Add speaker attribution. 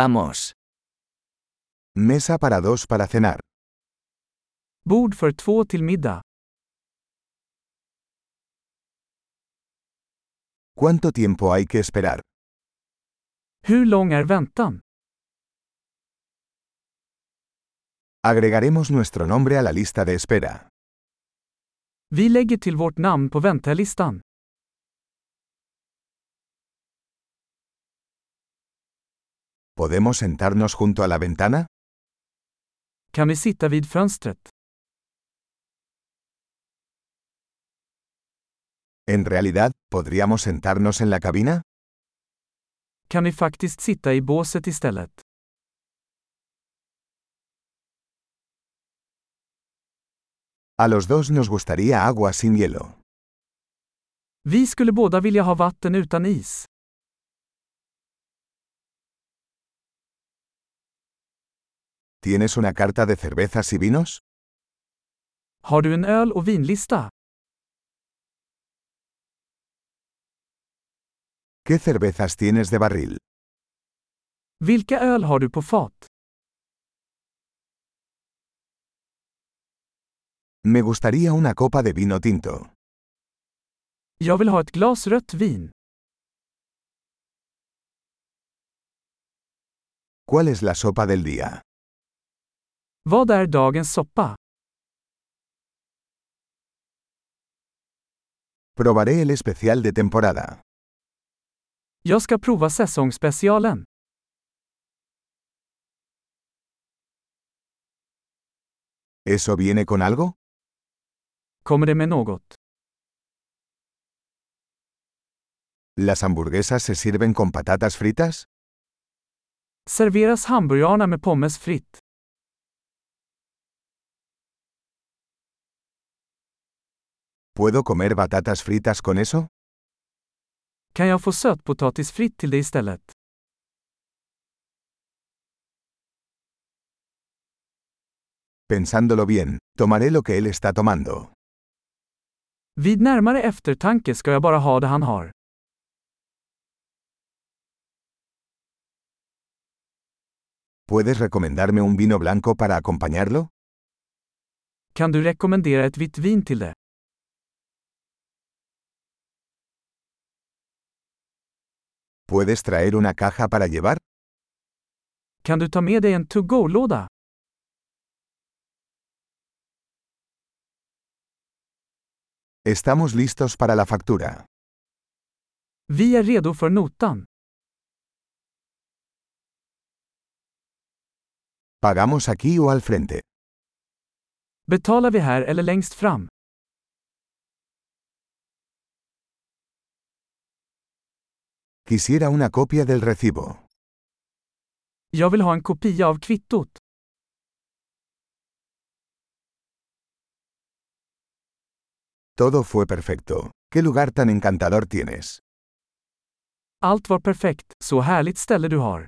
Speaker 1: Vamos.
Speaker 2: Mesa para dos para cenar.
Speaker 3: Bord för två till middag.
Speaker 2: ¿Cuánto tiempo hay que esperar?
Speaker 3: Hur lång är väntan?
Speaker 2: Agregaremos nuestro nombre a la lista de espera.
Speaker 3: Vi lägger till vårt namn på väntelistan.
Speaker 2: ¿Podemos sentarnos junto a la ventana?
Speaker 3: Kan vi sitta vid fönstret?
Speaker 2: En realidad, ¿podríamos sentarnos en la cabina?
Speaker 3: Kan vi faktiskt sitta i båset istället?
Speaker 2: A los dos nos gustaría agua sin hielo.
Speaker 3: Vi skulle båda vilja ha vatten utan is.
Speaker 2: ¿Tienes una carta de cervezas y vinos?
Speaker 3: Har du en öl och vinlista?
Speaker 2: ¿Qué cervezas tienes de barril?
Speaker 3: Vilka öl har du på fat?
Speaker 2: Me gustaría una copa de vino tinto.
Speaker 3: Jag vill ha ett glas rött vin.
Speaker 2: ¿Cuál es la sopa del día?
Speaker 3: Vad är dagens soppa?
Speaker 2: Probaré el especial de temporada.
Speaker 3: Jag ska prova säsongsspecialen.
Speaker 2: ¿Eso viene con algo?
Speaker 3: Kommer det med något?
Speaker 2: ¿Las hamburguesas se sirven con patatas fritas?
Speaker 3: Serveras hamburgarna med pommes fritt?
Speaker 2: ¿Puedo comer batatas fritas con eso?
Speaker 3: Kan jag få sötpotatis fritt till det istället?
Speaker 2: Pensándolo bien, tomaré lo que él está tomando.
Speaker 3: Vid närmare eftertanke ska jag bara ha det han har.
Speaker 2: ¿Puedes recomendarme un vino blanco para acompañarlo?
Speaker 3: Kan du rekommendera ett vitt vin till det?
Speaker 2: ¿Puedes traer una caja para llevar?
Speaker 3: Kan du ta med dig en to-go-låda?
Speaker 2: Estamos listos para la factura.
Speaker 3: Vi är redo för notan.
Speaker 2: ¿Pagamos aquí o al frente?
Speaker 3: Betalar vi här eller längst fram?
Speaker 2: Quisiera una copia del recibo.
Speaker 3: Jag vill ha en kopia av kvittot.
Speaker 2: Todo fue perfecto. ¿Qué lugar tan encantador tienes?
Speaker 3: Allt var perfekt, så härligt ställe du har.